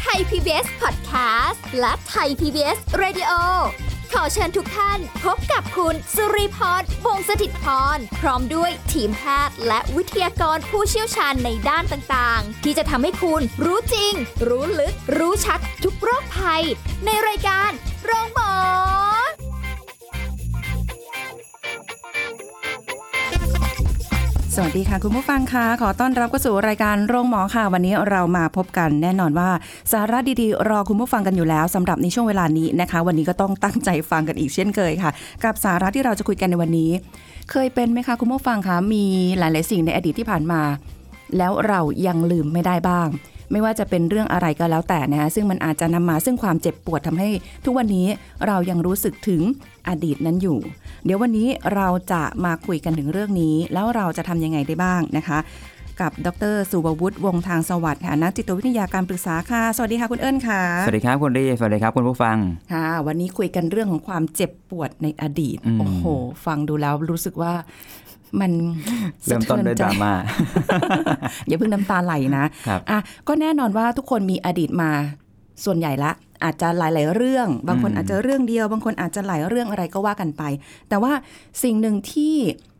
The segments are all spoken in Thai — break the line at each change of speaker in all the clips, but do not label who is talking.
ไทย PBS Podcast และไทย PBS Radio ขอเชิญทุกท่านพบกับคุณสุริพรวงศสถิตพร พร้อมด้วยทีมแพทย์และวิทยากรผู้เชี่ยวชาญในด้านต่างๆ ที่จะทำให้คุณรู้จริง รู้ลึก รู้ชัดทุกโรคภัย ในรายการโรงพยาบาล
สวัสดีค่ะ คุณผู้ฟังค่ะขอต้อนรับเข้าสู่รายการโรงหมอค่ะ วันนี้เรามาพบกันแน่นอนว่า สาระดีๆ รอคุณผู้ฟังกันอยู่แล้วสำหรับในช่วงเวลานี้นะคะ วันนี้ก็ต้องตั้งใจฟังกันอีกเช่นเคยค่ะ กับสาระที่เราจะคุยกันในวันนี้ เคยเป็นไหมคะคุณผู้ฟังคะมีหลายๆสิ่งในอดีตที่ผ่านมา แล้วเรายังลืมไม่ได้บ้าง ไม่ว่าจะเป็นเรื่องอะไรก็แล้วแต่นะคะซึ่งมันอาจจะนำมาซึ่งความเจ็บปวดทำให้ ทุกวันนี้เรายังรู้สึกถึงอดีตนั้นอยู่ เดี๋ยววันนี้เราจะมาคุยกันถึงเรื่องนี้ แล้วเราจะทำยังไงได้บ้างนะคะ กับดรสุบวุฒิวงศ์ทางสวัสดิ์ค่ะนักจิตวิทยาการปรึกษาค่ะ สวัสดีค่ะคุณเอิญค่ะ
สวัสดีครับคุณรีสวัสดีครับคุณผู้ฟัง
ค่ะวันนี้คุยกันเรื่องของความเจ็บปวดในอดีต
อืม
โอ้โห ฟังดูแล้วรู้สึกว่ามัน
เริ่มต้นด้วย
สะ
ด
เทือใจ
รา ม่า
อย่าเพิ่งน้ำตาไหลนะครับ อ่ะก็แน่นอนว่าทุกคนมีอดีตมาส่วนใหญ่ละ อาจจะหลาย ๆ เรื่อง บางคน
อืม
อาจจะเรื่องเดียว บางคนอาจจะหลายเรื่องอะไรก็ว่ากันไป แต่ว่าสิ่งหนึ่งที่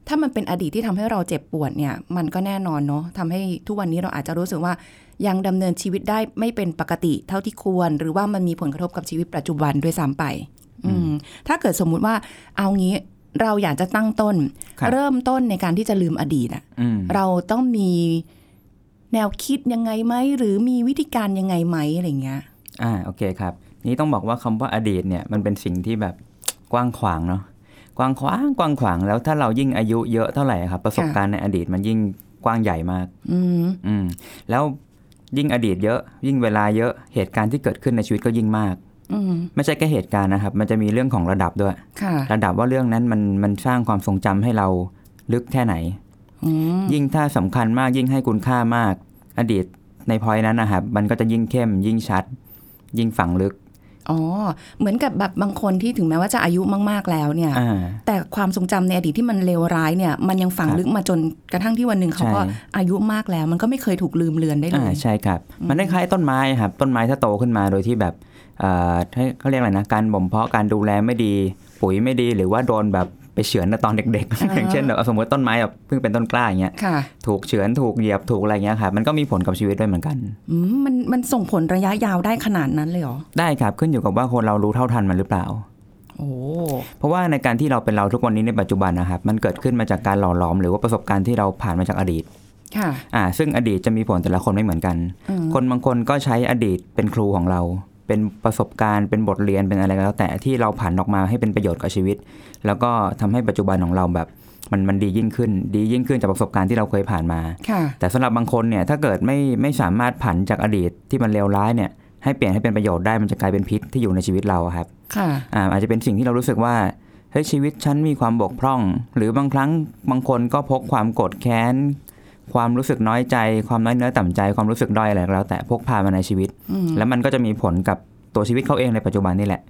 ถ้ามันเป็นอดีตที่ทำให้เราเจ็บปวดเนี่ย มันก็แน่นอนเนาะทำให้ทุกวันนี้เราอาจจะรู้สึกว่า ยังดำเนินชีวิตได้ไม่เป็นปกติเท่าที่ควร หรือว่ามันมีผลกระทบกับชีวิตปัจจุบันด้วยซ้ำไป อืมถ้าเกิดสมมุติว่าเอางี้เราอยากจะตั้งต้น
ครับ
เริ่มต้นในการที่จะลืมอดีตอะ
อืม
เราต้องมีแนวคิดยังไงไหม หรือมีวิธีการยังไงไหมอะไรเงี้ย
อ่าโอเคครับ นี่ต้องบอกว่าคำว่าอดีตเนี่ยมันเป็นสิ่งที่แบบ กว้างขวางเนาะกว้างขวางกว้างขวางแล้วถ้าเรายิ่งอายุเยอะเท่าไหร่ครับประสบ
ค่ะ
การณ์ในอดีตมันยิ่งกว้างใหญ่มาก
อืม
อืมแล้วยิ่งอดีตเยอะ ยิ่งเวลาเยอะเหตุการณ์ที่เกิดขึ้นในชีวิตก็ยิ่งมาก
อืม
ไม่ใช่แค่เหตุการณ์นะครับ มันจะมีเรื่องของระดับด้วย
ค่ะ
ระดับว่าเรื่องนั้นมันมันสร้างความทรงจำให้เราลึกแค่ไหน
อืม
ยิ่งถ้าสำคัญมากยิ่งให้คุณค่ามาก อดีตในพอยนั้นนะครับมันก็จะยิ่งเข้ม ยิ่งชัด ยิ่งฝังลึก
อ๋อ เหมือนกับแบบบางคนที่ถึงแม้ว่าจะอายุมาก ๆ แล้วเนี่ย
อ่า
แต่ความทรงจำในอดีตที่มันเลวร้ายเนี่ย มันยังฝัง
ครับ
ลึกมาจนกระทั่งที่วันหนึ่งเขา
ใช่
ก็อายุมากแล้ว มันก็ไม่เคยถูกลืมเลือนได้เล
อ่าย ใช่ครับ มันคล้ายๆต้นไม้ครับต้นไม้ถ้าโตขึ้นมาโดยที่แบบเอ่อให้เขาเรียกอะไรนะการบ่มเพาะการดูแลไม่ดี ปุ๋ยไม่ดี หรือว่าโดนแบบไปเฉือนในตอนเด็ก
อ่า
ๆ อย่างเช่นแบบเอาสมมติต้นไม้แบบเพิ่งเป็นต้นกล้าอย่างเงี้ย
ค่ะ
ถูกเฉือนถูกเหยียบถูกอะไรเงี้ยครับมันก็มีผลกับชีวิตด้วยเหมือนกัน
อืม มัน มันส่งผลระยะยาวได้ขนาดนั้นเลยเหรอ
ได้ครับขึ้นอยู่กับว่าคนเรารู้เท่าทันมันหรือเปล่า
โอ้
เพราะว่าในการที่เราเป็นเราทุกวันนี้ในปัจจุบันนะครับมันเกิดขึ้นมาจากการหล่อหลอม หรือว่าประสบการณ์ที่เราผ่านมาจากอดีต
ค่ะ
อ่าซึ่งอดีตจะมีผลแต่ละคนไม่เหมือนกัน
อืม
คนบางคนก็ใช้อดีตเป็นครูของเรา เป็นประสบการณ์เป็นบทเรียนเป็นอะไรก็แล้ว แต่ที่เราผ่านออกมาให้เป็นประโยชน์กับชีวิต แล้วก็ทำให้ปัจจุบันของเราแบบมันมันดียิ่งขึ้น ดียิ่งขึ้นจากประสบการณ์ที่เราเคยผ่านมา
ค่ะ
แต่สำหรับบางคนเนี่ยถ้าเกิดไม่ไม่สามารถผันจากอดีตที่มันเลวร้ายเนี่ยให้เปลี่ยนให้เป็นประโยชน์ได้มันจะกลายเป็นพิษที่อยู่ในชีวิตเราอะครับ
ค่ะ
อ่าอาจจะเป็นสิ่งที่เรารู้สึกว่าเฮ้ยชีวิตฉันมีความบกพร่อง หรือบางครั้งบางคนก็พกความโกรธแค้น ความรู้สึกน้อยใจ ความน้อยเนื้อต่ำใจ ความรู้สึกด้อยอะไรก็แล้ว แต่พกพามาในชีวิต
อืม
แล้วมันก็จะมีผลกับตัวชีวิตเขาเองในปัจจุบันนี่แหละ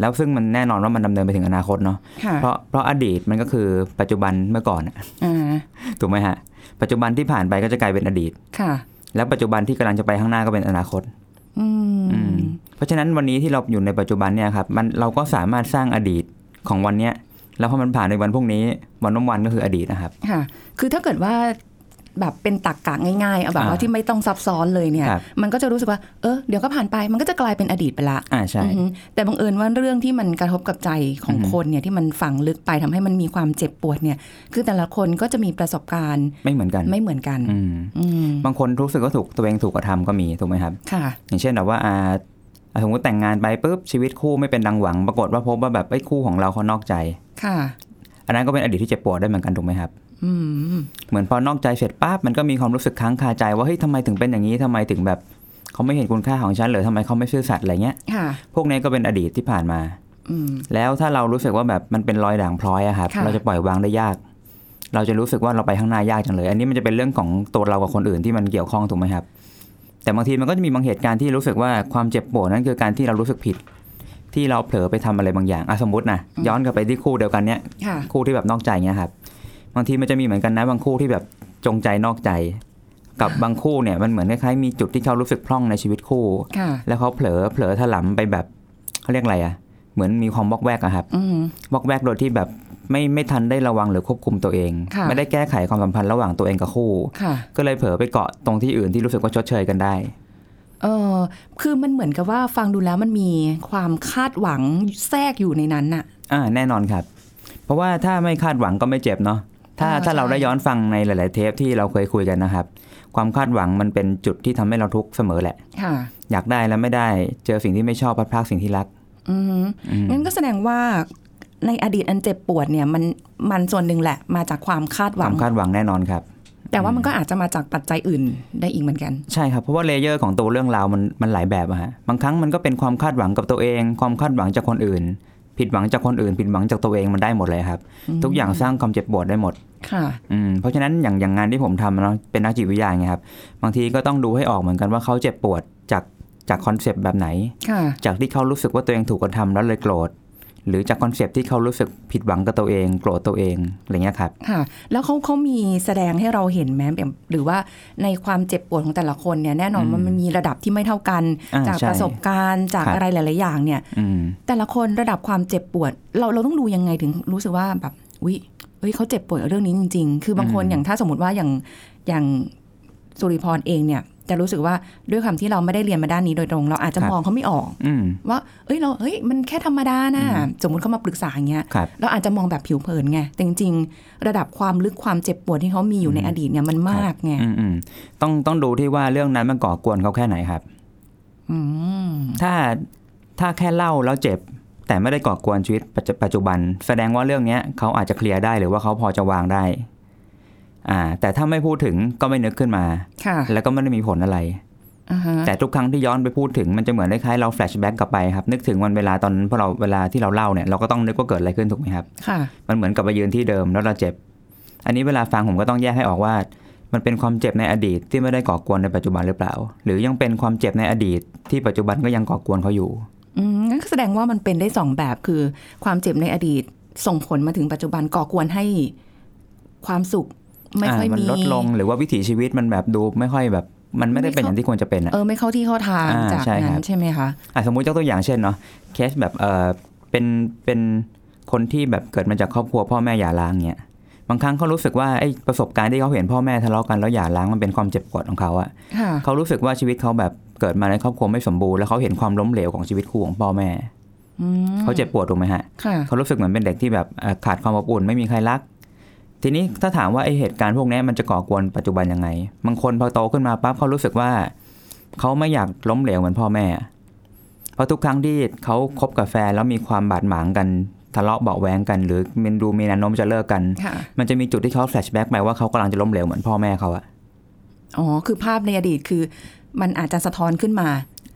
แล้วซึ่งมันแน่นอนว่ามันดำเนินไปถึงอนาคตเนาะ
ค่ะ
เพราะเพราะอดีตมันก็คือปัจจุบันเมื่อก่อนอะ
อ่า
ถูกไหมฮะปัจจุบันที่ผ่านไปก็จะกลายเป็นอดีต
ค่ะ
แล้วปัจจุบันที่กำลังจะไปข้างหน้าก็เป็นอนาคต
อื
อืม
ม
เพราะฉะนั้นวันนี้ที่เราอยู่ในปัจจุบันเนี่ยครับมันเราก็สามารถสร้างอดีตของวันเนี้ยแล้วพอมันผ่านในวันพวกนี้วันน้ำวันก็คืออดีตนะครับ
ค่ะ คือถ้าเกิดว่าแบบเป็นตักกะง่ายๆเอาแบบ
อ่า
ว่าที่ไม่ต้องซับซ้อนเลยเนี่ย
ครับ
มันก็จะรู้สึกว่า เออเดี๋ยวก็ผ่านไป มันก็จะกลายเป็นอดีตไปละ
อ่าใช่
อือหือแต่บังเอิญว่าเรื่องที่มันกระทบกับใจของ
อือหือ
คนเนี่ยที่มันฝังลึกไปทำให้มันมีความเจ็บปวดเนี่ย คือแต่ละคนก็จะมีประสบการณ์
ไม่เหมือนกัน
ไม่เหมือนกัน
อืม
อืม
บางคนรู้สึกว่าถูกตัวเองถูกกระทำก็มีถูกไหมครับ
ค่ะ
อย่างเช่นแบบว่าอ่าอ่าสมมติแต่งงานไปปุ๊บชีวิตคู่ไม่เป็นดังหวัง ปรากฏว่าพบว่าแบบไอ้ยคู่ของเราเขานอกใจ
ค่ะ
อันนั้นก็เป็นอดีตที่เจ็บปวดได้เหมือนกันถูกไหมครับ
อืม
เหมือนพอนอกใจเสร็จปั๊บมันก็มีความรู้สึกค้างคาใจว่าเฮ้ยทำไมถึงเป็นอย่างนี้ทำไมถึงแบบเขาไม่เห็นคุณค่าของฉันเหรือทำไมเขาไม่ซื่อสัตย์อะไรเงี้ย
ค่ะ
พวกนี้ก็เป็นอดีตที่ผ่านมา
อืม
แล้วถ้าเรารู้สึกว่าแบบมันเป็นรอยด่างพร้อยอะครับ
ค่ะ
เราจะปล่อยวางได้ยาก เราจะรู้สึกว่าเราไปข้างหน้ายากจังเลย อันนี้มันจะเป็นเรื่องของตัวเรากับคนอื่นที่มันเกี่ยวข้องถูกไหมครับ แต่บางทีมันก็จะมีบางเหตุการณ์ที่รู้สึกว่าความเจ็บปวดนั่นคือการที่เรารู้สึกผิด ที่เราเผลอไปทำอะไรบางอย่างอ่ะสมมตินะ
อืม
ย้อนกลับไปที่คู่เดียวกันเนี้ย
ค่ะ
คู่ที่แบบนอกใจเนี้ยครับบางทีมันจะมีเหมือนกันนะบางคู่ที่แบบจงใจนอกใจ กับบางคู่เนี่ยมันเหมือนคล้ายๆมีจุดที่เขารู้สึกพร่องในชีวิตคู่
ค่ะ
แล้วเขาเผลอเผลอถลำไปแบบเขาเรียกอะไรอะเหมือนมีความวอกแวกอะครับ
อืม
วอกแวกโดยที่แบบไม่ไม่ทันได้ระวังหรือควบคุมตัวเอง
ค่ะ
ไม่ได้แก้ไขความสัมพันธ์ระหว่างตัวเองกับคู่
ค่ะ
ก็เลยเผลอไปเกาะตรงที่อื่นที่รู้สึกว่าชดเชยกันได้
เออคือมันเหมือนกับว่าฟังดูแล้วมันมีความคาดหวังแทรกอยู่ในนั้นน่ะ
อ่าแน่นอนครับ เพราะว่าถ้าไม่คาดหวังก็ไม่เจ็บเนาะถ้า
อ่า
ถ้าเรา
ใช่
ได้ย้อนฟังในหลาย ๆ เทปที่เราเคยคุยกันนะครับ ความคาดหวังมันเป็นจุดที่ทำให้เราทุกข์เสมอแหละ
ค่ะ
อยากได้แล้วไม่ได้เจอสิ่งที่ไม่ชอบพัดพรากสิ่งที่รัก
อืม
อืม
งั้นก็แสดงว่าในอดีตอันเจ็บปวดเนี่ยมันมันส่วนหนึ่งแหละ มาจากความคาดห
ค
วั
วาง มคาดหวังแน่นอนครับ
แต่ว่ามันก็อาจจะมาจากปัจจัยอื่นได้อีกเหมือนกัน
ใช่ครับ เพราะว่าเลเยอร์ของตัวเรื่องราวมันมันหลายแบบอะฮะบางครั้งมันก็เป็นความคาดหวังกับตัวเอง ความคาดหวังจากคนอื่น ผิดหวังจากคนอื่น ผิดหวังจากตัวเองมันได้หมดเลยครับ ทุกอย่างสร้างความเจ็บปวดได้หมด
ค่ะ
อืมเพราะฉะนั้นอย่างอย่างงานที่ผมทำเนาะเป็นนักจิตวิทยาไงครับบางทีก็ต้องดูให้ออกเหมือนกันว่าเขาเจ็บปวดจากจากคอนเซปต์แบบไหน
ค่ะ
จากที่เขารู้สึกว่าตัวเองถูกกระทำแล้วเลยโกรธหรือจากคอนเซปต์ที่เขารู้สึกผิดหวังกับตัวเอง โกรธตัวเองอะไรเงี้ยครับ
ค่ะ แล้วเขาเขามีแสดงให้เราเห็นไหมแบบหรือว่าในความเจ็บปวดของแต่ละคนเนี่ยแน่นอนว่ามันมีระดับที่ไม่เท่ากัน
อ่
จาก
ใช่
ประสบการณ์จาก
ครับ
อะไรหลาย ๆ อย่างเนี่ย
อืม
แต่ละคนระดับความเจ็บปวด เราเราต้องดูยังไงถึงรู้สึกว่าแบบวิเอ้ยเขาเจ็บปวดกับเรื่องนี้จริง ๆ คือบางคน
อืม
อย่างถ้าสมมติว่าอย่างอย่างสุริพรเองเนี่ย จะรู้สึกว่าด้วยความที่เราไม่ได้เรียนมาด้านนี้โดยตรง เราอาจจะมองเขาไม่ออก
อืม
ว่าเอ้ยเราเฮ้ยมันแค่ธรรมดานะสมมติเขามาปรึกษาอย่างเงี้ย
ครับ
เราอาจจะมองแบบผิวเผินไงแต่จริงๆระดับความลึกความเจ็บปวดที่เขามีอยู่ใน
อืม
อดีตเนี่ยมันมากไง
อืมอืมต้องต้องดูที่ว่าเรื่องนั้นมันก่อกวนเขาแค่ไหนครับ
อืม
ถ้าถ้าแค่เล่าแล้วเจ็บ แต่ไม่ได้ก่อกวนชีวิตปัจจุปัจจุบัน แสดงว่าเรื่องเนี้ยเขาอาจจะเคลียร์ได้หรือว่าเขาพอจะวางได้อ่าแต่ถ้าไม่พูดถึงก็ไม่นึกขึ้นมา
ค่ะ
แล้วก็ไม่ได้มีผลอะไร
อ่าฮะ
แต่ทุกครั้งที่ย้อนไปพูดถึงมันจะเหมือนคล้ายๆเราแฟลชแบ็กกลับไปครับนึกถึงวันเวลาตอนพอเราเวลาที่เราเล่าเนี่ยเราก็ต้องนึกว่าเกิดอะไรขึ้นถูกไหมครับ
ค่ะ
มันเหมือนกับไปยืนที่เดิมแล้วเราเจ็บ อันนี้เวลาฟังผมก็ต้องแยกให้ออกว่า มันเป็นความเจ็บในอดีตที่ไม่ได้ก่อกวนในปัจจุบันหรือเปล่า หรือยังเป็นความเจ็บในอดีต ที่ปัจจุบันก็ยังก่อกวนเขาอยู่
อืมงั้นก็แสดงว่ามันเป็นได้สองแบบคือความเจ็บในอดีตส่งผลมาถึงปัจจุบันก่อกวนให้ความสุขไม่ค่อย
อ่ามัน
มี
ลดลงหรือว่าวิถีชีวิตมันแบบดูไม่ค่อยแบบ มันไม่ได้
ไม่
เป็นอ
เข้า
ย่างที่ควรจะเป็นอะ
เออไม่เข้าที่เข้าทาง
อ่า
จาก
ใช่
นั้
ครั
น
บ
ใช่ไหมคะ
อ่ะสมมุติยกตัวอย่างเช่นเนาะเคสแบบเออเป็นเป็นคนที่แบบเกิดมาจากครอบครัวพ่อแม่หย่าร้างเนี่ยบางครั้งเขารู้สึกว่าไอ้ประสบการณ์ที่เขาเห็นพ่อแม่ทะเลาะกันแล้วหย่าร้างมันเป็นความเจ็บปวดของเขาอะ
ค่ะ
เขารู้สึกว่าชีวิตเขาแบบเกิดมาในครอบครัวไม่สมบูรณ์แล้วเขาเห็นความล้มเหลวของชีวิตคู่ของพ่อแม่
อืม
เขาเจ็บปวดถูกไหมฮะ
ค่ะ
เขารู้สึกเหมือนเป็นเด็กที่แบบเอ่อขาดความอบอุ่นไม่มีใครรัก ทีนี้ถ้าถามว่าไอ้เหตุการณ์พวกเนี้ยมันจะก่อกวนปัจจุบันยังไงบางคนพอโตขึ้นมาปั๊บเขารู้สึกว่าเขาไม่อยากล้มเหลวเหมือนพ่อแม่อะเพราะทุกครั้งที่เขาคบกับแฟนแล้วมีความบาดหมางกันทะเลาะเบาะแวงกัน หรือมันดูมีแนวโน้มจะเลิกกัน
ค่ะ
มันจะมีจุดที่เขาแฟลชแบ็กไปว่าเขากำลังจะล้มเหลวเหมือนพ่อแม่เขาอะ
อ๋อคือภาพในอดีตคือ มันอาจจะสะท้อนขึ้นมา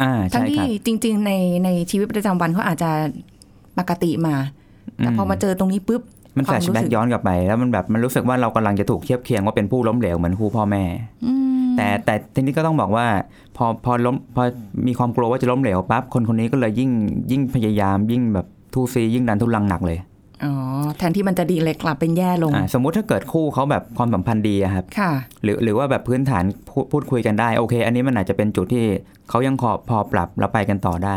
อ่า
ทั้
ใช่
ง
ค
ที่
รับ
จริง ๆ ในในชีวิตประจำวันเขาอาจจะปกติมา แต่พอมาเจอตรงนี้ปุ๊บ
มันแฟลช
ความ
แบ็
รู้
ก
สึก
ย้อนกลับไป แล้วมันแบบมันรู้สึกว่าเรากำลังจะถูกเทียบเคียงว่าเป็นผู้ล้มเหลวเหมือนคู่พ่อแม่
อืม
แต่แต่ทีนี้ก็ต้องบอกว่าพอพอล้มพอมีความกลัวว่าจะล้มเหลวปั๊บคนคนนี้ก็เลยยิ่งยิ่งพยายามยิ่งแบบทูซียิ่งดันทุลังหนักเลย
อ๋อแทนที่มันจะดีเลยกลับเป็นแย่ลง
อ่าสมมุติถ้าเกิดคู่เขาแบบความสัมพันธ์ดีอะครับ
ค่ะ
หรือหรือว่าแบบพื้นฐานพูดพูดคุยกันได้โอเค อันนี้มันอาจจะเป็นจุดที่เขายังพอพอปรับแล้วไปกันต่อได้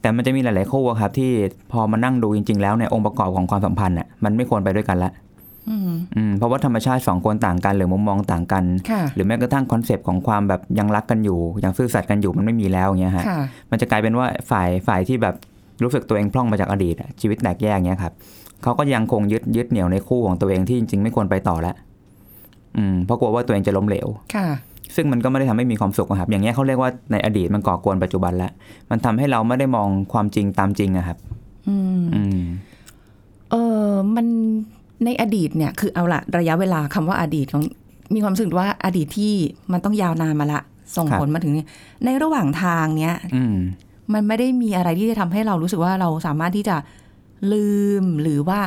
แต่มันจะมีหลาย ๆ คู่อะครับที่พอมานั่งดูจริง ๆ แล้วเนี่ยองค์ประกอบของความสัมพันธ์อะมันไม่ควรไปด้วยกันละ
อืม
อืมเพราะว่าธรรมชาติสองคนต่างกันหรือมุมมองต่างกัน
ค่ะ
หรือแม้กระทั่งคอนเซปต์ของความแบบยังรักกันอยู่ยังซื่อสัตย์กันอยู่มันไม่มีแล้วอย่างเงี้ยฮะ
ค่ะ
มันจะกลายเป็นว่าฝ่ายฝ่ายที่แบบรู้สึกตัวเองพร่องมาจากอดีตอะชีวิตแตกแยกเนี้ยครับเขาก็ยังคงยึดยึดเหนี่ยวในคู่ของตัวเองที่จริงๆไม่ควรไปต่อละอืมเพราะกลัวว่าตัวเองจะล้มเหลว
ค่ะ
ซึ่งมันก็ไม่ได้ทำให้มีความสุขอะครับ อย่างเงี้ยเขาเรียกว่าในอดีตมันก่อกวนปัจจุบันละมันทำให้เราไม่ได้มองความจริงตามจริงอะครับ
อืม
อืม
เออมันในอดีตเนี่ยคือเอาละระยะเวลาคำว่าอดีตของมีความรู้สึกว่าอดีตที่มันต้องยาวนานมาละ ส่ง
ครับ
ผลมาถึงเนี่ยในระหว่างทางเนี้ย
อืม
มันไม่ได้มีอะไรที่จะทำให้เรารู้สึกว่าเราสามารถที่จะลืมหรือว่า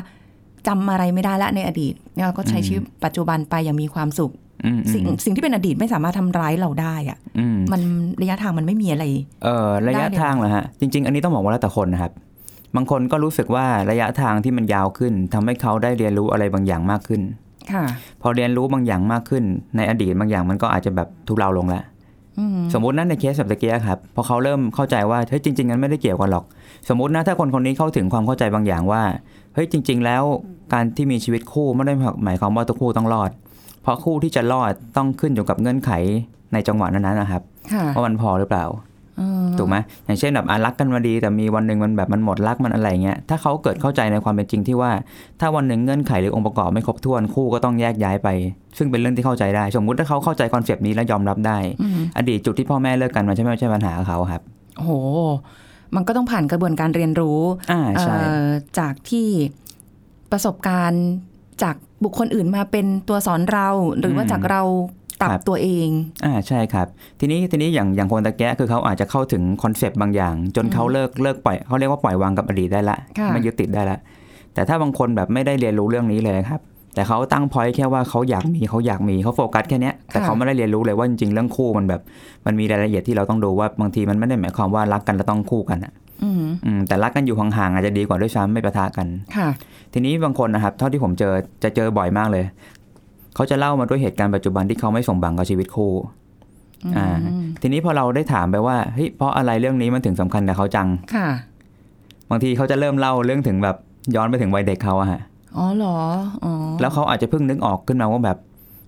จำอะไรไม่ได้ละในอดีตเนี่ยเราก็ใช้
อืม
ชีวิตปัจจุบันไปอย่างมีความสุข
อืมอื
สิ่ง
ม
สิ่งที่เป็นอดีตไม่สามารถทำร้ายเราได้อะ
อืม
มันระยะทางมันไม่มีอะไร
เอ่อระยะ
ได้เลย
ทางเหรอฮะจริง ๆ อันนี้ต้องบอกว่าแล้วแต่คนนะครับ บางคนก็รู้สึกว่าระยะทางที่มันยาวขึ้นทำให้เขาได้เรียนรู้อะไรบางอย่างมากขึ้น
ค่ะ
พอเรียนรู้บางอย่างมากขึ้น ในอดีตบางอย่างมันก็อาจจะแบบทุเลาลงแล้ว
อืม
สมมตินั่นในเคสแบบตะเกียครับพอเขาเริ่มเข้าใจว่าเฮ้ยจริง ๆ นั้นไม่ได้เกี่ยวกันหรอก สมมตินะถ้าคนคนนี้เข้าถึงความเข้าใจบางอย่างว่าเฮ้ยจริง ๆ แล้วการที่มีชีวิตคู่ไม่ได้หมายความว่าทุกคู่ต้องรอด เพราะคู่ที่จะรอดต้องขึ้นอยู่กับเงื่อนไขในจังหวะนั้นๆนะครับ
ค่ะ
ว่ามันพอหรือเปล่า
อืม
ถูกไหมอย่างเช่นแบบอ่ะรักกันมาดี แต่มีวันหนึ่งมันแบบมันหมดรักมันอะไรเงี้ยถ้าเขาเกิดเข้าใจในความเป็นจริงที่ว่า ถ้าวันหนึ่งเงื่อนไขหรือองค์ประกอบไม่ครบถ้วนคู่ก็ต้องแยกย้ายไป ซึ่งเป็นเรื่องที่เข้าใจได้ สมมุติถ้าเขาเข้าใจคอนเซปต์นี้และยอมรับได้
อืม
อดีตจุดที่พ่อแม่เลิกกันมันใช่ไหมไม่ใช่ปัญหาเขาครับ
โอ้โห มันก็ต้องผ่านกระบวนการเรียนรู้
อ่าใช่
เอ่อจากที่ประสบการณ์จากบุคคลอื่นมาเป็นตัวสอนเรา หรือว่า
อืม
จากเราปรับ
ครับ
ตัวเอง
อ่าใช่ครับ ทีนี้ทีนี้อย่างอย่างคนตะแกะคือเขาอาจจะเข้าถึงคอนเซปต์บางอย่าง จนเขาเลิกเลิกปล่อยเขาเรียกว่าปล่อยวางกับอดีตได้ละ
ค่ะ
ไม่ยึดติดได้ละ แต่ถ้าบางคนแบบไม่ได้เรียนรู้เรื่องนี้เลยครับ แต่เขาตั้งพอยต์แค่ว่าเขาอยากมีเขาอยากมีเขาโฟกัสแค่เนี้ยแต่เขาไม่ได้เรียนรู้เลยว่าจริงๆเรื่องคู่มันแบบมันมีรายละเอียดที่เราต้องดูว่าบางทีมันไม่ได้หมายความว่ารักกันแล้วต้องคู่กันอะ
อืม
อืมแต่รักกันอยู่ห่างๆอาจจะดีกว่าด้วยซ้ำไม่ปะทะกัน
ค่ะ
ทีนี้บางคนนะครับเท่าที่ผมเจอจะเจอบ่อยมากเลย เขาจะเล่ามาด้วยเหตุการณ์ปัจจุบันที่เขาไม่สมบังกับชีวิตคู่อ่าทีนี้พอเราได้ถามไปว่าเฮ้ยเพราะอะไรเรื่องนี้มันถึงสำคัญกับเขาจัง
ค่ะ
บางทีเขาจะเริ่มเล่าเรื่องถึงแบบย้อนไปถึงวัยเด็กเขาอะฮะ
อ๋อเหรออ๋อ
แล้วเขาอาจจะเพิ่งนึกออกขึ้นมาว่าแบบ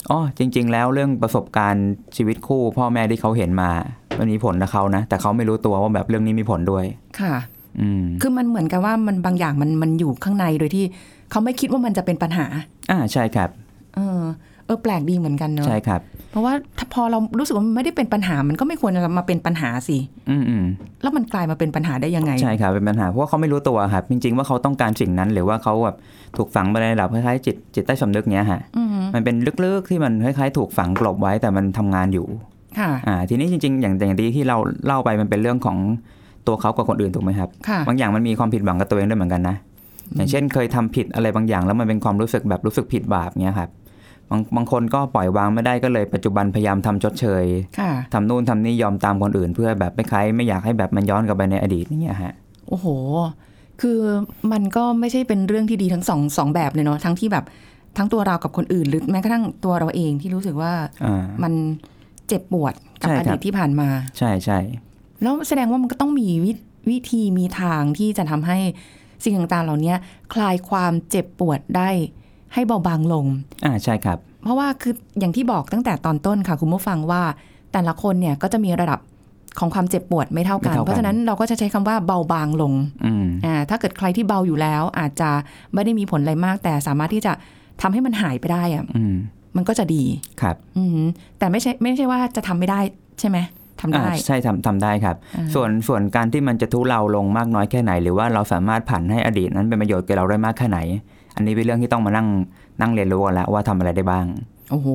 อ๋อจริง ๆ แล้วเรื่องประสบการณ์ชีวิตคู่ พ่อแม่ที่เขาเห็นมามันมีผลกับเขานะ แต่เขาไม่รู้ตัวว่าแบบเรื่องนี้มีผลด้วย
ค่ะ
อืม
คือมันเหมือนกับว่ามันบางอย่างมันมันอยู่ข้างในโดยที่เขาไม่คิดว่ามันจะเป็นปัญหา
อ่าใช่ครับ
เออ เออแปลกดีเหมือนกันเนอะ
ใช่ครับ
เพราะว่าถ้าพอเรารู้สึกว่ามันไม่ได้เป็นปัญหา มันก็ไม่ควรจะมาเป็นปัญหาสิ
อืมอืม
แล้วมันกลายมาเป็นปัญหาได้ยังไง
ใช่ครับเป็นปัญหาเพราะว่าเขาไม่รู้ตัวครับจริงๆว่าเขาต้องการสิ่งนั้น หรือว่าเขาแบบถูกฝังไปในระดับคล้ายๆจิตจิตใต้สำนึกเนี้ยฮะ
อืม
มันเป็นลึกๆที่มันคล้ายๆถูกฝังกลบไว้แต่มันทำงานอยู่
ค่ะ
อ่าทีนี้จริง ๆ อย่างอย่างที่ที่เราเล่าไปมันเป็นเรื่องของตัวเขากับคนอื่นถูกไหมครับ
ค่ะ
บางอย่างมันมีความผิดหวังกับตัวเองด้วยเหมือนกันนะอย่างเช่นเคยทำผิดอะไรบางอย่าง แล้วมันเป็นความรู้สึกแบบรู้สึกผิดบาปเนี้ยครับบางบางคนก็ปล่อยวางไม่ได้ก็เลยปัจจุบันพยายามทำชดเชย
ค่ะ
ทำนู่นทำนี่ยอมตามคนอื่น เพื่อแบบไม่คล้ายไม่อยากให้แบบมันย้อนกลับไปในอดีตอย่างเงี้ยฮะ
โอ้โห คือมันก็ไม่ใช่เป็นเรื่องที่ดีทั้งสองสองแบบเลยเนาะ ทั้งที่แบบทั้งตัวเรากับคนอื่น หรือแม้กระทั่งตัวเราเองที่รู้สึกว่า
อ่า
มันเจ็บปวดกับ
ใช่
อ
ครั
ดี
บ
ตที่ผ่านมา
ใช่ใช่
แล้วแสดงว่ามันก็ต้องมีวิวิธีมีทางที่จะทำให้สิ่งต่างๆ เหล่านี้คลายความเจ็บปวดได้ให้เบาบางลง
อ่าใช่ครับ
เพราะว่าคืออย่างที่บอกตั้งแต่ตอนต้นค่ะคุณผู้ฟังว่า แต่ละคนเนี่ยก็จะมีระดับของความเจ็บปวดไม่เท่ากัน
ไม่เท่ากัน
เพราะฉะนั้นเราก็จะใช้คำว่าเบาบางลง
อืม
อ่าถ้าเกิดใครที่เบาอยู่แล้วอาจจะไม่ได้มีผลอะไรมาก แต่สามารถที่จะทำให้มันหายไปได้อะ
อืม
มันก็จะดี
ครับ
อืมแต่ไม่ใช่ไม่ใช่ว่าจะทำไม่ได้ใช่ไหมทำ
อ่า
ได้
ใช่ทำทำได้ครับ
อ่า
ส่วนส่วนการที่มันจะทุเลาลงมากน้อยแค่ไหน หรือว่าเราสามารถผ่านให้อดีตนั้นเป็นประโยชน์แก่เราได้มากแค่ไหน อันนี้เป็นเรื่องที่ต้องมานั่งนั่งเรียนรู้กันแล้วว่าทำอะไรได้บ้าง
โอ้โห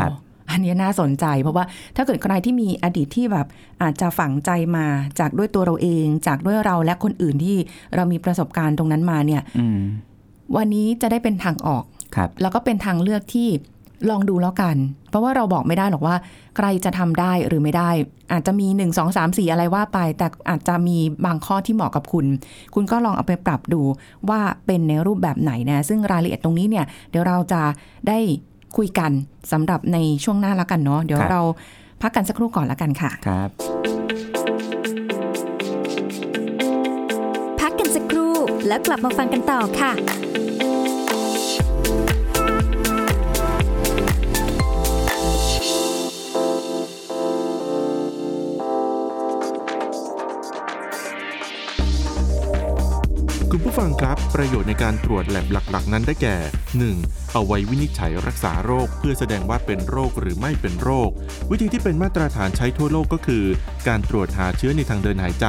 ครับ
อันนี้น่าสนใจ เพราะว่าถ้าเกิดใครที่มีอดีตที่แบบอาจจะฝังใจมาจากด้วยตัวเราเอง จากด้วยเราและคนอื่นที่เรามีประสบการณ์ตรงนั้นมาเนี่ย
อืม
วันนี้จะได้เป็นทางออก
ครับ
แล้วก็เป็นทางเลือกที่ลองดูแล้วกัน เพราะว่าเราบอกไม่ได้หรอกว่า ใครจะทำได้หรือไม่ได้ อาจจะมี 1 2 3 4 อะไรว่าไป แต่อาจจะมีบางข้อที่เหมาะกับคุณ คุณก็ลองเอาไปปรับดูว่าเป็นในรูปแบบไหนนะ ซึ่งรายละเอียดตรงนี้เนี่ย เดี๋ยวเราจะได้คุยกันสำหรับในช่วงหน้าละกันเนาะเดี๋ยว
ครับ
เราพักกันสักครู่ก่อนละกันค่ะ
ครับ
พักกันสักครู่แล้วกลับมาฟังกันต่อค่ะ
คุณผู้ฟังครับ ประโยชน์ในการตรวจแลบหลัก ๆ นั้นได้แก่ 1. เอาไว้วินิจฉัยรักษาโรค เพื่อแสดงว่าเป็นโรคหรือไม่เป็นโรค วิธีที่เป็นมาตรฐานใช้ทั่วโลกก็คือ การตรวจหาเชื้อในทางเดินหายใจ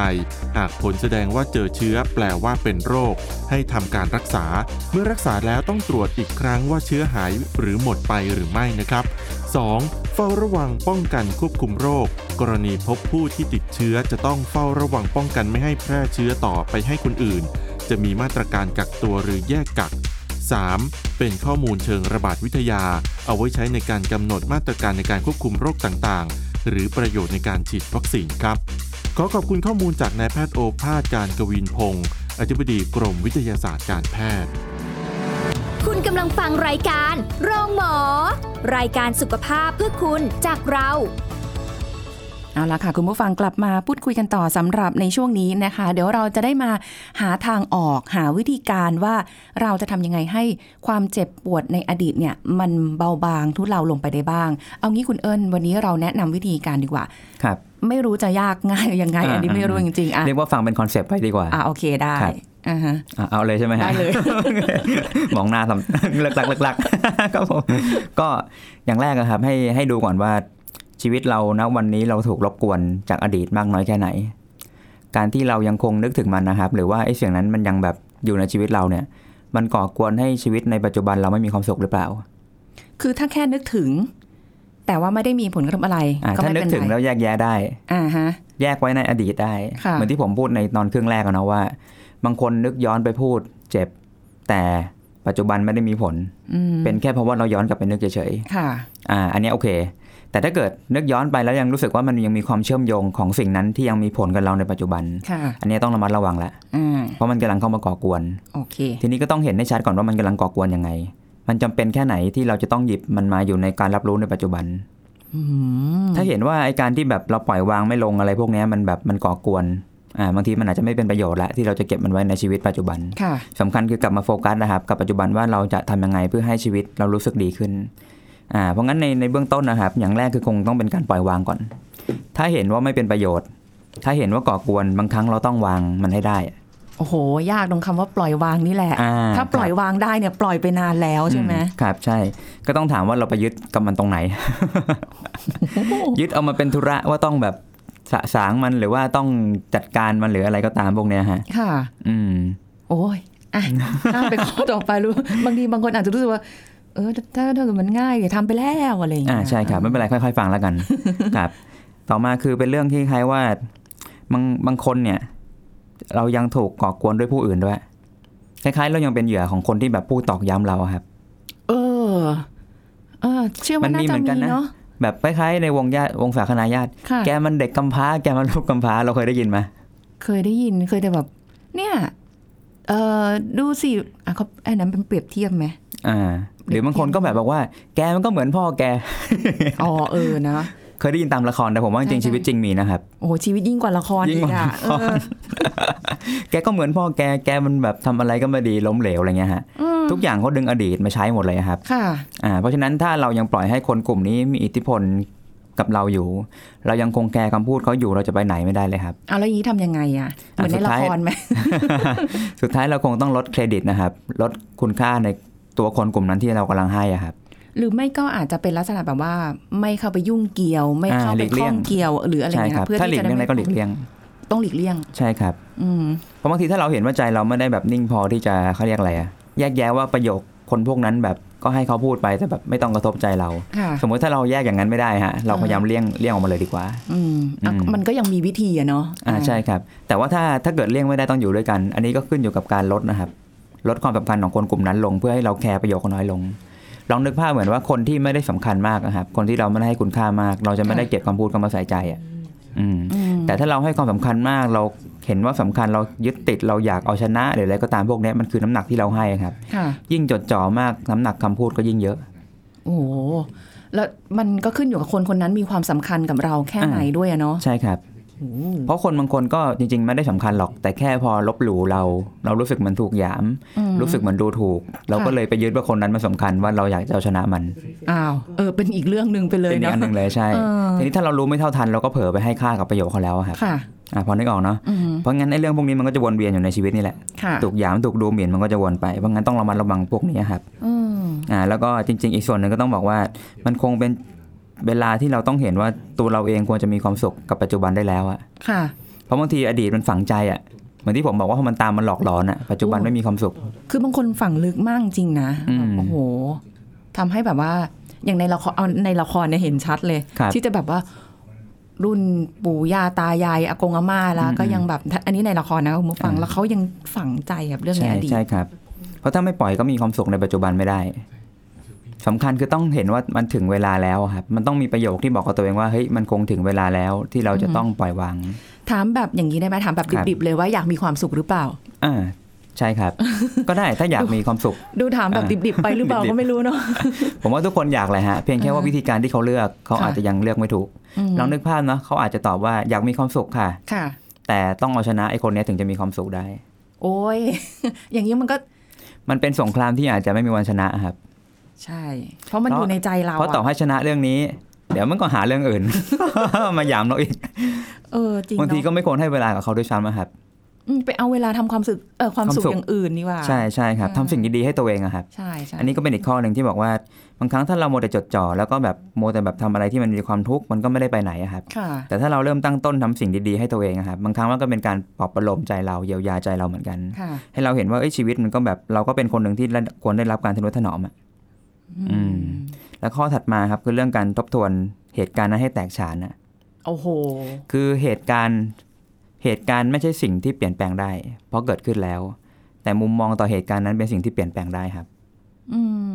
หากผลแสดงว่าเจอเชื้อแปลว่าเป็นโรค ให้ทำการรักษา เมื่อรักษาแล้วต้องตรวจอีกครั้งว่าเชื้อหายหรือหมดไปหรือไม่นะครับ 2. เฝ้าระวังป้องกันควบคุมโรค กรณีพบผู้ที่ติดเชื้อจะต้องเฝ้าระวังป้องกันไม่ให้แพร่เชื้อต่อไปให้คนอื่น จะมีมาตรการกักตัวหรือแยกกัก 3. เป็นข้อมูลเชิงระบาดวิทยา เอาไว้ใช้ในการกำหนดมาตรการในการควบคุมโรคต่างๆ หรือประโยชน์ในการฉีดวัคซีนครับ ขอขอบคุณข้อมูลจากนายแพทย์โอภาสการกวินพงศ์ อธิบดีกรมวิทยาศาสตร์การแพทย์
คุณกำลังฟังรายการโรงหมอ รายการสุขภาพเพื่อคุณจากเรา
เอาละค่ะ คุณผู้ฟังกลับมาพูดคุยกันต่อสำหรับในช่วงนี้นะคะ เดี๋ยวเราจะได้มาหาทางออกหาวิธีการว่าเราจะทำยังไงให้ความเจ็บปวดในอดีตเนี่ย มันเบาบางทุเลาลงไปได้บ้าง เอางี้คุณเอิญวันนี้เราแนะนำวิธีการดีกว่า
ครับ
ไม่รู้จะยากง่ายยังไง
อ่า
อันนี้ไม่รู้จริงๆอ่ะ
เรียกว่าฟังเป็นคอนเซปต์ไปดีกว่า
อ่ะโอเคได้
ครับ
อ่าฮะ
อ่ะเอาเลยใช่ไหมฮะ
ได้เลย
มองหน้าทำ เลิกลักเลิกลัก ครับผมก็อย่างแรกอะครับ ให้ให้ดูก่อนว่าชีวิตเรานะวันนี้เราถูกรบกวนจากอดีตมากน้อยแค่ไหน การที่เรายังคงนึกถึงมันนะครับ หรือว่าไอ้เสียงนั้นมันยังแบบอยู่ในชีวิตเราเนี่ย มันก่อกวนให้ชีวิตในปัจจุบันเราไม่มีความสุขหรือเปล่า
คือถ้าแค่นึกถึง แต่ว่าไม่ได้มีผลกระทบอะไร
อ่ะ
ก็
ถ้า
ไม่
นึก
เป็น
ถึง
ไร
แล้วแยกแยะได้
อ่าฮะ
แยกไว้ในอดีตได้
ค่ะ
เหมือนที่ผมพูดในตอนครึ่งแรกอะเนาะว่า บางคนนึกย้อนไปพูด เจ็บ แต่ปัจจุบันไม่ได้มีผล
อืม
เป็นแค่เพราะว่าเราย้อนกลับไปนึกเฉยๆ
ค่ะ
อ่าอันเนี้ยโอเค แต่ถ้าเกิดนึกย้อนไปแล้วยังรู้สึกว่ามันยังมีความเชื่อมโยงของสิ่งนั้นที่ยังมีผลกับเราในปัจจุบัน
ค่ะ
อันเนี้ยต้องระมัดระวังละ
อ่า
เพราะมันกำลังเข้ามาก่อกวน
โอเค
ทีนี้ก็ต้องเห็นให้ชัดก่อนว่ามันกำลังก่อกวนยังไง มันจำเป็นแค่ไหนที่เราจะต้องหยิบมันมาอยู่ในการรับรู้ในปัจจุบัน
อืม
ถ้าเห็นว่าไอการที่แบบเราปล่อยวางไม่ลงอะไรพวกเนี้ยมันแบบมันก่อกวนอ่าบางทีมันอาจจะไม่เป็นประโยชน์ละที่เราจะเก็บมันไว้ในชีวิตปัจจุบัน
ค่ะ
สำคัญคือกลับมาโฟกัสนะครับกับปัจจุบันว่าเราจะทำยังไงเพื่อให้ชีวิตเรารู้สึกดีขึ้นอ่าเพราะงั้นในในเบื้องต้นนะครับ อย่างแรกคือคงต้องเป็นการปล่อยวางก่อน ถ้าเห็นว่าไม่เป็นประโยชน์ ถ้าเห็นว่าก่อกวนบางครั้งเราต้องวางมันให้ได้
โอ้โห ยากตรงคำว่าปล่อยวางนี่แหละ
อ่
ถ้าปล่อย
ครับ
วางได้เนี่ยปล่อยไปนานแล้วใช่ไหม
อืครับใช่ ก็ต้องถามว่าเราไปยึดกับมันตรงไหน
โอ้โห
ยึดเอามาเป็นธุระว่าต้องแบบสะสางมันหรือว่าต้องจัดการมันหรืออะไรก็ตามพวกเนี้ยฮะ
ค่ะ
อืม
โอ้ย อ่ะข้ามไปข้อต่อไปรู้ บางทีบางคนอาจจะรู้สึกว่า เออ ถ้าถ้าเกิดมันง่ายอย่าทำไปแล้วอะไรอย่างเงี้
อ่ายใช่ครับไม่เป็นไรค่อยๆฟัง แล้วกัน ครับต่อมาคือเป็นเรื่องที่คล้ายว่าบางบางคนเนี่ย เรายังถูกก่อกวนด้วยผู้อื่นด้วยคล้ายๆ เรายังเป็นเหยื่อของคนที่แบบพูดตอกย้ำเราอะครับ
เออ เออ เชื่อ
มั
ว่านน่า
มี
จะ
เหมือนกัน
มี
นะ
เนาะ
แบบคล้ายๆในวงญาติวงสาคนาญาติ
ค่ะ
แกมันเด็กกำพร้าแกมันลูกกำพร้าเราเคยได้ยินไหม
เคยได้ยิน เคยแต่แบบ เนี่ย เออดูสิอ่ะเขาไอ้นั้นเป็นเปรียบเทียบไหม
อ่า หรือบางคนก็แบบบอกว่า แกมันก็เหมือนพ่อแก
อ๋อ เออ นะ
เคยได้ยินตามละครแต่ผมว่าจริง
ใช่
ๆชีวิตจริงมีนะครับ
โอ้โหชีวิตยิ่งกว่าละคร
ยิ่ง
อีก
กว่า
อะ
ละคร
เออ
แกก็เหมือนพ่อแกแกมันแบบทำอะไรก็ไม่ดีล้มเหลวอะไรเงี้ยฮะ
อืม
ทุกอย่างเขาดึงอดีตมาใช้หมดเลยอะครับ
ค่ะ
อ่าเพราะฉะนั้นถ้าเรายังปล่อยให้คนกลุ่มนี้มีอิทธิพลกับเราอยู่ เรายังคงแคร์คำพูดเขาอยู่เราจะไปไหนไม่ได้เลยครับ
เอาแล้วอย่างนี้ทำยังไงอ่ะ เหมือนใน
สุด
ละ
ท้าย
ครไหม
สุดท้ายเราคงต้องลดเครดิตนะครับ ลดคุณค่าในตัวคนกลุ่มนั้นที่เรากำลังให้อะครับ
หรือไม่ก็อาจจะเป็นลักษณะแบบว่า ไม่เข้าไปยุ่งเกี่ยว ไม่เข้า
อ่าหลี
ไป
กเลี่
ข้
ย
อง งเกี่ยวหรืออะไร
ใช่
เงี้
ครั
ย
บ
เพื่อ
ถ้าหลี
ที่จะ
กเลี่ยง
ได้
ได้
ม่
ก็หลีกเลี่ยง
ต้องหลีกเลี่ยง
ใช่ครับ
อืม
เพราะบางทีถ้าเราเห็นว่าใจเราไม่ได้แบบนิ่งพอที่จะเขาเรียกอะไรอะแยกแยะว่าประโยคคนพวกนั้นแบบก็ให้เขาพูดไปแต่แบบไม่ต้องกระทบใจเรา
ค่ะ
สมมติถ้าเราแยกอย่างนั้นไม่ได้ฮะเรา
อ่า
พยายามเลี่ยงเลี่ยงออกมาเลยดีกว่า
อืมอ่ะ
อืม
มันก็ยังมีวิธีอะเนาะ
อ่าใช่ครับ แต่ว่าถ้าถ้าเกิดเลี่ยงไม่ได้ต้องอยู่ด้วยกัน อันนี้ก็ขึ้นอยู่กับการลดนะครับ ลดความสำคัญของคนกลุ่มนั้นลง เพื่อให้เราแคร์ประโยชน์เขาน้อยลง ลองนึกภาพเหมือนว่าคนที่ไม่ได้สำคัญมากนะครับ คนที่เราไม่ได้ให้คุณค่ามาก เราจะไม่ได้เก็บคำพูดเขามาใส่ใจอ่ะอืม
อืม
แต่ถ้าเราให้ความสำคัญมาก เราเห็นว่าสำคัญเรายึดติดเราอยากเอาชนะหรืออะไรก็ตามพวกเนี้ยมันคือน้ำหนักที่เราให้ครับ
ค่ะ
ยิ่งจดจ่อมากน้ำหนักคำพูดก็ยิ่งเยอะ
โอ้โหแล้วมันก็ขึ้นอยู่กับคนคนนั้นมีความสำคัญกับเราแค่ไหนด้วยอะเนาะ
ใช่ครับ
โอ้โห
เพราะคนบางคนก็จริง ๆ ไม่ได้สำคัญหรอก แต่แค่พอลบหลู่เรา เรารู้สึกเหมันถูกหยาม
อืม
รู้สึกเหมือนดูถูก เราก็
ค่ะ
เลยไปยึดว่าคนนั้นมันสำคัญว่าเราอยากจะเอาชนะมัน
อ้าวเออ เป็นอีกเรื่องหนึ่งไปเลย
เป็นอีก
เนาะ
อันหนึ่งเลยใช่
เออ
ทีนี้ถ้าเรารู้ไม่เท่าทันเราก็เผลอไปให้ค่ากับประโยชน์เขาแล้วอะครับ
ค่ะ
อ่ะพอนึกออกเนาะ
อืม
เพราะงั้นไอ้เรื่องพวกนี้มันก็จะวนเวียนอยู่ในชีวิตนี่แหละ
ค่ะ
ถูกหยามถูกดูหมิ่นมันก็จะวนไปเพราะงั้นต้องระมัดระวังพวกนี้ครับ
อืม
อ่าแล้วก็จริง ๆ อีกส่วนหนึ่งก็ต้องบอกว่า มันคงเป็นเวลาที่เราต้องเห็นว่าตัวเราเองควรจะมีความสุขกับปัจจุบันได้แล้วอะ
ค่ะ
เพราะบางทีอดีตมันฝังใจอะเหมือนที่ผมบอกว่าพอมันตามมันหลอกหลอนอะปัจจุบันไม่มีความสุข
คือบางคนฝังลึกมากจริงนะ
อืม
แบบโอ้โหทำให้แบบว่า อย่างในละครเอาในละครเนี่ยเห็นชัดเลย
ครับ
ที่จะแบบว่า รุ่นปู่ย่าตายายอากงอาม่าแล้ว
อืม
ก็ยังแบบอันนี้ในละครนะคุณผู้ฟัง
อ่า
แล้วเขายังฝังใจกับเรื่องใน
ใช่
อดีต
ใช่ครับ เพราะถ้าไม่ปล่อยก็มีความสุขในปัจจุบันไม่ได้ สำคัญคือต้องเห็นว่ามันถึงเวลาแล้วอะครับมันต้องมีประโยคที่บอกกับตัวเองว่าเฮ้ยมันคงถึงเวลาแล้วที่เราจะต้องปล่อยวาง
ถามแบบอย่างนี้ได้ไหมถามแบบ
ครับ
ดิบๆเลยว่าอยากมีความสุขหรือเปล่า
อ่าใช่ครับ ก็ได้ถ้าอยากมีความสุข
ดูถามแบบ
อ่า
ดิบๆไปหรือเปล่า
ดิบๆ
ก็ไม่รู้เนาะ
ผมว่าทุกคนอยากแหละฮะเพียงแค่ว่าวิธีการที่เขาเลือกเขา
ค่ะ
อาจจะยังเลือกไม่ถูก
ม
ลองนึกภาพเนาะเขาอาจจะตอบว่าอยากมีความสุขค่ะ
ค่ะ
แต่ต้องเอาชนะไอ้คนเนี้ยถึงจะมีความสุขได้
โอ้ย อย่างนี้มันก็
มันเป็นสงครามที่อาจจะไม่มีวันชนะครับ
ใช่ เพราะมัน
เพ
อ
ราะ
ยู่ในใจเรา
เพราะต่อ
อะ
ให้ชนะเรื่องนี้ เดี๋ยวมันก็หาเรื่อง อื่น มาหยามเราอีก
เออจริง
บางทีก็
เนาะ
ไม่ควรให้เวลากับเขาด้วยซ้ำอะครับ
อืมไปเอาเวลาทำความสุขเออความสุข
ความสุข
อย่างอื่นนี่ว่า
ใช่ใช่ครับ
อ่า
ทำสิ่งดีๆให้ตัวเองอะครับ
ใช่ใช่
อันนี้ก็เป็นอีกข้อหนึ่งที่บอกว่าบางครั้งถ้าเราโมวแต่จดจ่อแล้วก็แบบโมวแต่แบบทำอะไรที่มันมีความทุกข์มันก็ไม่ได้ไปไหนอะครับ
ค่ะ
แต่ถ้าเราเริ่มตั้งต้นทำสิ่งดีๆให้ตัวเองอะครับบางครั้งมันก็เป็นการปลอบประโลมใจเราเยียวยาใจเราเหมือนกัน
ค่ะ
ให้เราเห็นว่าเอ้ยชีวิตมันก็แบบเราก็เป็นคนหนึ่งที่ระควรได้รับการทนุถนอมอะ อื
อืม
ม แล้วข้อถัดมาครับคือเรื่องการทบทวนเหตุการณ์นั้นให้แตกฉานนะ
โอ้โห
คือเหตุการณ์เหตุการณ์ไม่ใช่สิ่งที่เปลี่ยนแปลงได้ เพราะเกิดขึ้นแล้ว แต่มุมมองต่อเหตุการณ์นั้นเป็นสิ่งที่เปลี่ยนแปลงได้ครับ
อืม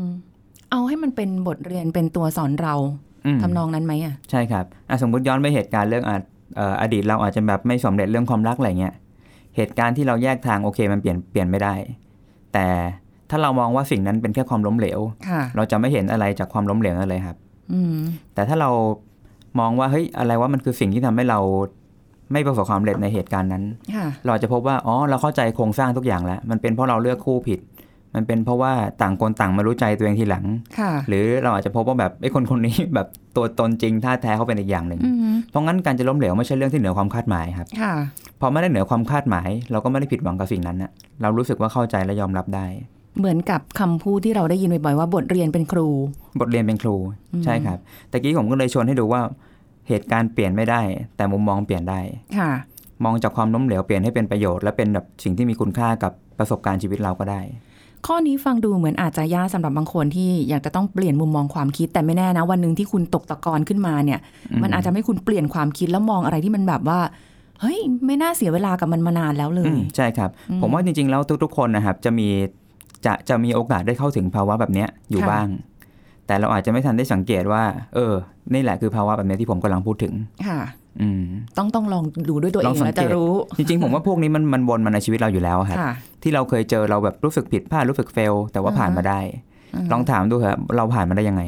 เอาให้มันเป็นบทเรียนเป็นตัวสอนเรา
ม
ทำนองนั้นไหมอ่ะ
ใช่ครับอ่ะสมมติย้อนไปเหตุการณ์เรื่องอาจเอ่ออดีตเราอาจจะแบบไม่สำเร็จเรื่องความรักอะไรเงี้ย เหตุการณ์ที่เราแยกทางโอเคมันเปลี่ยนเปลี่ยนไม่ได้ แต่ถ้าเรามองว่าสิ่งนั้นเป็นแค่ความล้มเหลว
ค่ะ
เราจะไม่เห็นอะไรจากความล้มเหลวนั่นเลยครับ
อืม
แต่ถ้าเรามองว่าเฮ้ยอะไรว่ามันคือสิ่งที่ทำให้เราไม่ประสบความสำเร็จในเหตุการณ์นั้น
ค่ะ
เราจะพบว่าอ๋อเราเข้าใจโครงสร้างทุกอย่างแล้ว มันเป็นเพราะเราเลือกคู่ผิด มันเป็นเพราะว่าต่างคนต่างมารู้ใจตัวเองทีหลัง
ค่ะ
หรือเราอาจจะพบว่าแบบไอ้คนคนนี้ แบบตัวตนจริงท่าแท้เขาเป็นอีกอย่างหนึ่ง
อืม
เพราะงั้นการจะล้มเหลวไม่ใช่เรื่องที่เหนือความคาดหมายครับ
ค่ะ
พอไม่ได้เหนือความคาดหมาย เราก็ไม่ได้ผิดหวังกับสิ่งนั้นนะเรารู้สึกว่าเข้าใจและยอมรับได้
เหมือนกับคำพูดที่เราได้ยินบ่อยๆว่าบทเรียนเป็นครู
บทเรียนเป็นครู
อืม
ใช่ครับแต่กี้ผมก็เลยชวนให้ดูว่าเหตุการณ์เปลี่ยนไม่ได้ แต่มุมมองเปลี่ยนได้
ค่ะ
มองจากความล้มเหลวเปลี่ยนให้เป็นประโยชน์และเป็นแบบสิ่งที่มีคุณค่ากับประสบการณ์ชีวิตเราก็ได้
ข้อนี้ฟังดูเหมือนอาจจะยากสำหรับบางคนที่อยากจะต้องเปลี่ยนมุมมองความคิดแต่ไม่แน่นะวันหนึ่งที่คุณตกตะกอนขึ้นมาเนี่ย
อืม
มันอาจจะไม่คุณเปลี่ยนความคิดแล้วมองอะไรที่มันแบบว่า เฮ้ย ไม่น่าเสียเวลากับมันมานานแล้วเล
อื
ย
มใช่ครับ
อืม
ผมว่าจริงๆ แล้วทุกๆ คนนะครับจะมีจะจะมีโอกาสได้เข้าถึงภาวะแบบเนี้ยอยู่
ค่ะ
บ้าง แต่เราอาจจะไม่ทันได้สังเกตว่า เออ นี่แหละคือภาวะแบบเนี้ยที่ผมกำลังพูดถึง
ค่ะ
อืม
ต้องต้องลองดูด้วยตัวเอ
ลอง งสัง
แล้วจะ
เกต
รู้
จริงๆ ผมว่าพวกนี้มันมันวนมาในชีวิตเราอยู่แล้วครับ
ค่ะ
ที่เราเคยเจอเราแบบรู้สึกผิดพลาดรู้สึกเฟล แต่ว่า
อ่าฮะ
ผ่านมาได้ ลองถามดูครับเราผ่านมาได้ยังไง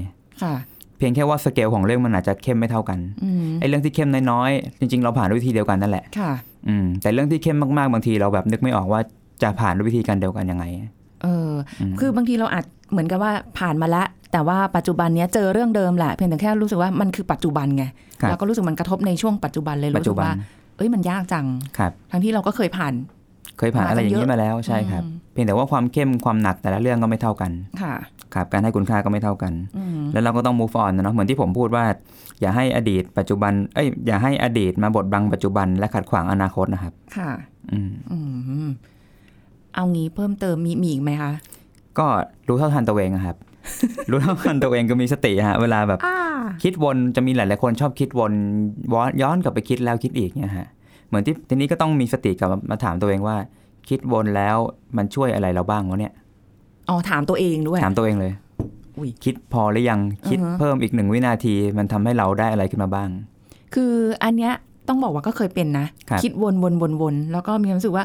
ค่ะ
เพียงแค่ว่าสเกลของเรื่องมันอาจจะเข้มไม่เท่ากัน
อืม
ไอ้เรื่องที่เข้มน้อยๆจริง ๆ เราผ่านด้วยวิธีเดียวกันนั่นแหละ
ค่ะ
อืมแต่เรื่องที่เข้มมากๆบางทีเราแบบนึกไม่ออกว่าจะผ่านด้วยวิธีการเดียวกันยังไง
เอออ
ม
คือบางทีเราอาจเหมือนกับว่าผ่านมาแล้วแต่ว่าปัจจุบันเนี้ยเจอเรื่องเดิมแหละเพียงแต่แค่รู้สึกว่ามันคือปัจจุบันไง
ครับ
เราก็รู้สึกมันกระทบในช่วงปัจจุบันเลย
ปัจ
รู้สึ
จุ
ก
บัน
ว่าเอ้ยมันยากจัง
ครับ
ทั้งที่เราก็เคยผ่าน
เคยผ่านอะไรอย่างนี้มาแล้วใช่ครับ
อืม
เพียงแต่ว่าความเข้มความหนักแต่ละเรื่องก็ไม่เท่ากัน
ค่ะ
ครับการให้คุณค่าก็ไม่เท่ากัน
อืม
แล้วเราก็ต้อง move on นะเนาะเหมือนที่ผมพูดว่า อย่าให้อดีตปัจจุบันเอ้ยอย่าให้อดีตมาบดบังปัจจุบันและขัดขวางอนาคตนะครับ
ค่ะ
อืม
อืม เอางี้เพิ่มเติมมีมีอีกไหมคะ
ก็รู้เท่าทันตัวเอง อะครับ รู้เท่าทันตัวเองก็มีสติฮะเวลาแบบ
อ่า
คิดวนจะมีหลาย ๆ คนชอบคิดวนย้อนย้อนกลับไปคิดแล้วคิดอีกเนี่ยฮะเหมือนที่ทีนี้ก็ต้องมีสติกลับมาถามตัวเองว่า คิดวนแล้วมันช่วยอะไรเราบ้างวะเนี่ย
อ๋อถามตัวเองด้วย
ถามตัวเองเลย
อุ๊ย
คิดพอหรือยัง คิด
อือฮะ
เพิ่มอีกหนึ่งวินาที มันทำให้เราได้อะไรขึ้นมาบ้าง
คืออันเนี้ยต้องบอกว่าก็เคยเป็นนะ
ครับ
คิดวนวนวนวนแล้วก็มีความรู้สึกว่า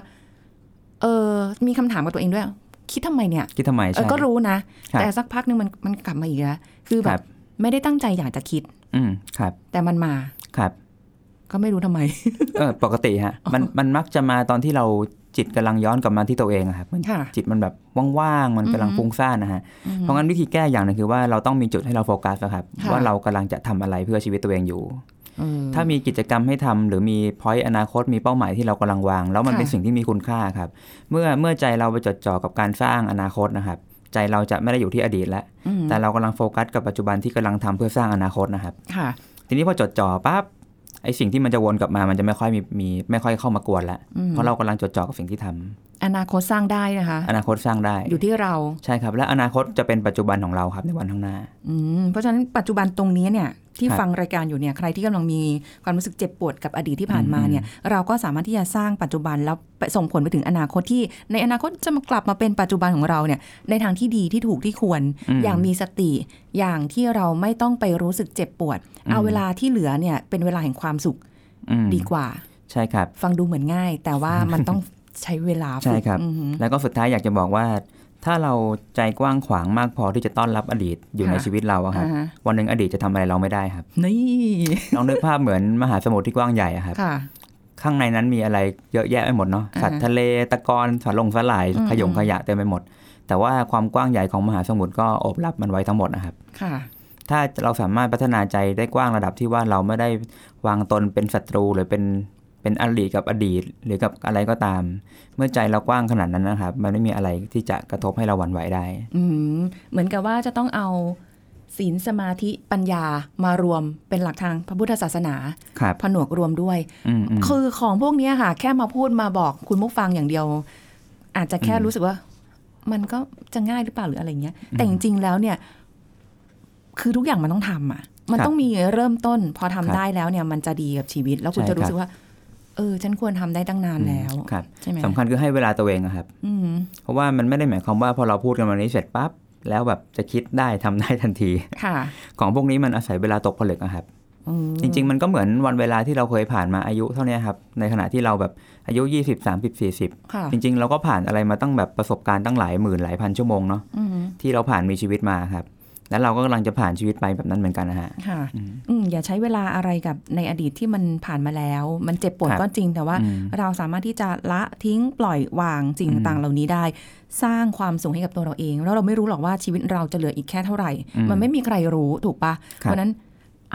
เออ มีคำถามกับตัวเองด้วย คิดทำไมเนี่ย
คิดทำไม
เออ
ใช่
ก็รู้นะ
ครับ
แต่สักพักหนึงมันมันกลับมาอีกแล้วคือแบ
ครับ บ
ไม่ได้ตั้งใจอยากจะคิด
อืมครับ
แต่มันมา
ครับ
ก็ไม่รู้ทำไม
เอ อ ปกติฮะ มัน มันมักจะมาตอนที่เราจิตกำลังย้อนกลับมาที่ตัวเองอะครับมัน
ค่ะ
จิตมันแบบว่างๆ มันกำลัง
อือฮึ
ฟุ้งซ่านนะฮะ
อืม
เพราะงั้นวิธีแก้อย่างหนึงคือว่าเราต้องมีจุดให้เราโฟกัสนะครับ
ค่ะ
ว่าเรากำลังจะทำอะไรเพื่อชีวิตตัวเองอยู่
เออ
ถ้ามีกิจกรรมให้ทำหรือมีพอยต์อนาคตมีเป้าหมายที่เรากำลังวาง แล้วมัน
ค่ะ
เป็นสิ่งที่มีคุณค่าครับ เมื่อเมื่อใจเราไปจดจ่อกับการสร้างอนาคตนะครับ ใจเราจะไม่ได้อยู่ที่อดีตแล้ว
อืม
แต่เรากำลังโฟกัสกับปัจจุบันที่กำลังทำเพื่อสร้างอนาคตนะครับ
ค่ะ
ทีนี้พอจดจ่อปั๊บไอ้สิ่งที่มันจะวนกลับมามันจะไม่ค่อยมีมีไม่ค่อยเข้ามากวนละ
อืม
เพราะเรากำลังจดจ่อกับสิ่งที่ทำ
อนาคตสร้างได้นะคะ
อนาคตสร้างได้
อยู่ที่เรา
ใช่ครับ และอนาคตจะเป็นปัจจุบันของเราครับในวันข้างหน้า
อืมเพราะฉะนั้นปัจจุบันตรงนี้เนี่ย ที่
ครับ
ฟังรายการอยู่เนี่ยใครที่กำลังมีความรู้สึกเจ็บปวดกับอดีตที่ผ่านมา
อืม
เนี่ยเราก็สามารถที่จะสร้างปัจจุบันแล้วไปส่งผลไปถึงอนาคตที่ ในอนาคตจะมากลับมาเป็นปัจจุบันของเราเนี่ยในทางที่ดีที่ถูกที่ควร
ม
อย่างมีสติอย่างที่เราไม่ต้องไปรู้สึกเจ็บปวด
อืม
เอาเวลาที่เหลือเนี่ยเป็นเวลาแห่งความสุข
อืม
ดีกว่า
ใช่ครับ
ฟังดูเหมือนง่าย แต่ว่ามันต้องใช้เวลา
ใช่
ฝึก
ครับ
อือหือ
แล้วก็สุดท้ายอยากจะบอกว่า ถ้าเราใจกว้างขวางมากพอที่จะต้อนรับอดีตอยู่ใน
ค่ะ
ชีวิตเราอะครับ
อ่าฮะ
วันหนึ่งอดีตจะทำอะไรเราไม่ได้ครับ
นี่
ลองนึกภาพเหมือนมหาสมุทรที่กว้างใหญ่อะครับ
ค่ะ
ข้างในนั้นมีอะไรเยอะแยะไปหมดเนาะ
อ่า
สัตว์ทะเลตะกอนสาลงสาหลาย
อืม
ขยงขยะเต็มไปหมด แต่ว่าความกว้างใหญ่ของมหาสมุทรก็โอบรับมันไว้ทั้งหมดนะครับ
ค่ะ
ถ้าเราสามารถพัฒนาใจได้กว้างระดับที่ว่าเราไม่ได้วางตนเป็นศัตรูหรือเป็นเป็นอริกับอดีต หรือกับอะไรก็ตาม เมื่อใจเรากว้างขนาดนั้นนะครับ มันไม่มีอะไรที่จะกระทบให้เราหวั่นไหวได้
อืมเหมือนกับว่าจะต้องเอาศีลสมาธิปัญญามารวมเป็นหลักทางพระพุทธศาสนา
ครับ
ผนวกรวมด้วย
อืมอืม
คือของพวกเนี้ยค่ะ แค่มาพูดมาบอกคุณผู้ฟังอย่างเดียว อาจจะแค่
อืม
รู้สึกว่า มันก็จะง่ายหรือเปล่าหรืออะไรเงี้ย แต่จริงๆแล้วเนี่ย คือทุกอย่างมันต้องทำอ่ะ มันต้องมีเริ่มต้น พอทำได้แล้วเนี่ย มันจะดีกับชีวิต แล้วคุณจะรู้สึกว่า เออ ฉันควรทำได้ตั้งนานแล้ว
ครับ
ใช่ไหม
สำคัญคือให้เวลาตัวเองอะครับ
อืม
เพราะว่ามันไม่ได้หมายความว่าพอเราพูดกันวันนี้เสร็จปั๊บแล้วแบบจะคิดได้ทำได้ทันที
ค่ะ
ของพวกนี้มันอาศัยเวลาตกผลึกอะครับ
อืม
จริง ๆ มันก็เหมือนวันเวลาที่เราเคยผ่านมาอายุเท่าเนี้ยครับ ในขณะที่เราแบบอายุ 20 30 40
ค่ะ
จริง ๆ เราก็ผ่านอะไรมาตั้งแบบประสบการณ์ตั้งหลายหมื่นหลายพันชั่วโมงเนาะ
อืม
ที่เราผ่านมีชีวิตมาครับ แล้วเราก็กำลังจะผ่านชีวิตไปแบบนั้นเหมือนกันนะฮะ
ค่ะ
อืม
อืมอย่าใช้เวลาอะไรกับในอดีตที่มันผ่านมาแล้ว มันเจ็บปวด
ครับ
ก็จริง แต่ว่า
อืม
เราสามารถที่จะละทิ้งปล่อยวางสิ่งต่างๆ เหล่านี้ได้ สร้างความสุขให้กับตัวเราเอง แล้วเราไม่รู้หรอกว่าชีวิตเราจะเหลืออีกแค่เท่าไหร่
อืม
มันไม่มีใครรู้ถูกปะ
ค
เพ
รับ
ราะฉะนั้น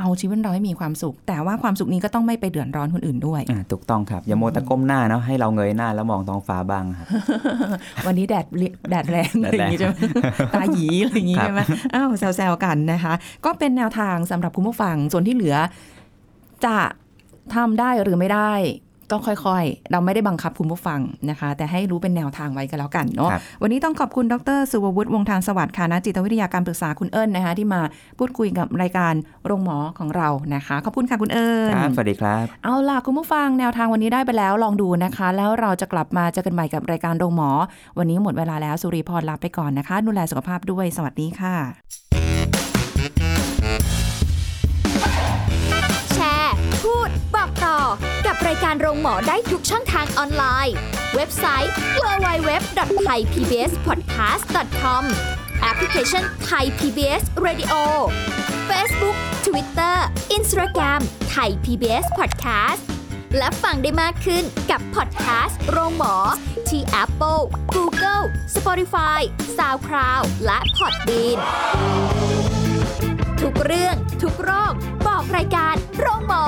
เอาชีวิตเราให้มีความสุข แต่ว่าความสุขนี้ก็ต้องไม่ไปเดือดร้อนคนอื่นด้วย
อ่าถูกต้องครับอย่าโมวแต่ก้มหน้าเนาะให้เราเงยหน้าแล้วมองท้องฟ้าบ้างครับ
วันนี้แดดเรียแดดแรงอะไรอย่างงี้ใช่ไหมตาหยีอะไรอย่างงี้
ครับ
ใช่ไหมอ้าวแซวๆกันนะคะ ก็เป็นแนวทางสำหรับคุณผู้ฟัง ส่วนที่เหลือ จะทำได้หรือไม่ได้ ก็ค่อยๆ เราไม่ได้บังคับคุณผู้ฟังนะคะ แต่ให้รู้เป็นแนวทางไว้กันแล้วกันเนาะ
ครับ
วันนี้ต้องขอบคุณดรสุวัวุฒิวงศ์ทางสวัสดิ์ค่ะนักจิตวิทยาการปรึกษาคุณเอิญนะคะ ที่มาพูดคุยกับรายการโรงหมอของเรานะคะ ขอบคุณค่ะคุณเอิญ
ครับสวัสดีครับ
เอาล่ะ คุณผู้ฟังแนวทางวันนี้ได้ไปแล้วลองดูนะคะ แล้วเราจะกลับมาเจอกันใหม่กับรายการโรงหมอ วันนี้หมดเวลาแล้วสุริพรลาไปก่อนนะคะ ดูแลสุขภาพด้วยสวัสดีค่ะ
แชร์ พูด บอกต่อ กับรายการโรงหมอได้ทุกช่องทางออนไลน์ เว็บไซต์ www.thaipbspodcast.com แอปพลิเคชัน Thai PBS Radio Facebook Twitter Instagram Thai PBS Podcast และฟังได้มากขึ้นกับพอดแคสต์โรงหมอ ที่ Apple, Google, Spotify, SoundCloud และ Podbean ทุกเรื่องทุกโรค บอกรายการโรงหมอ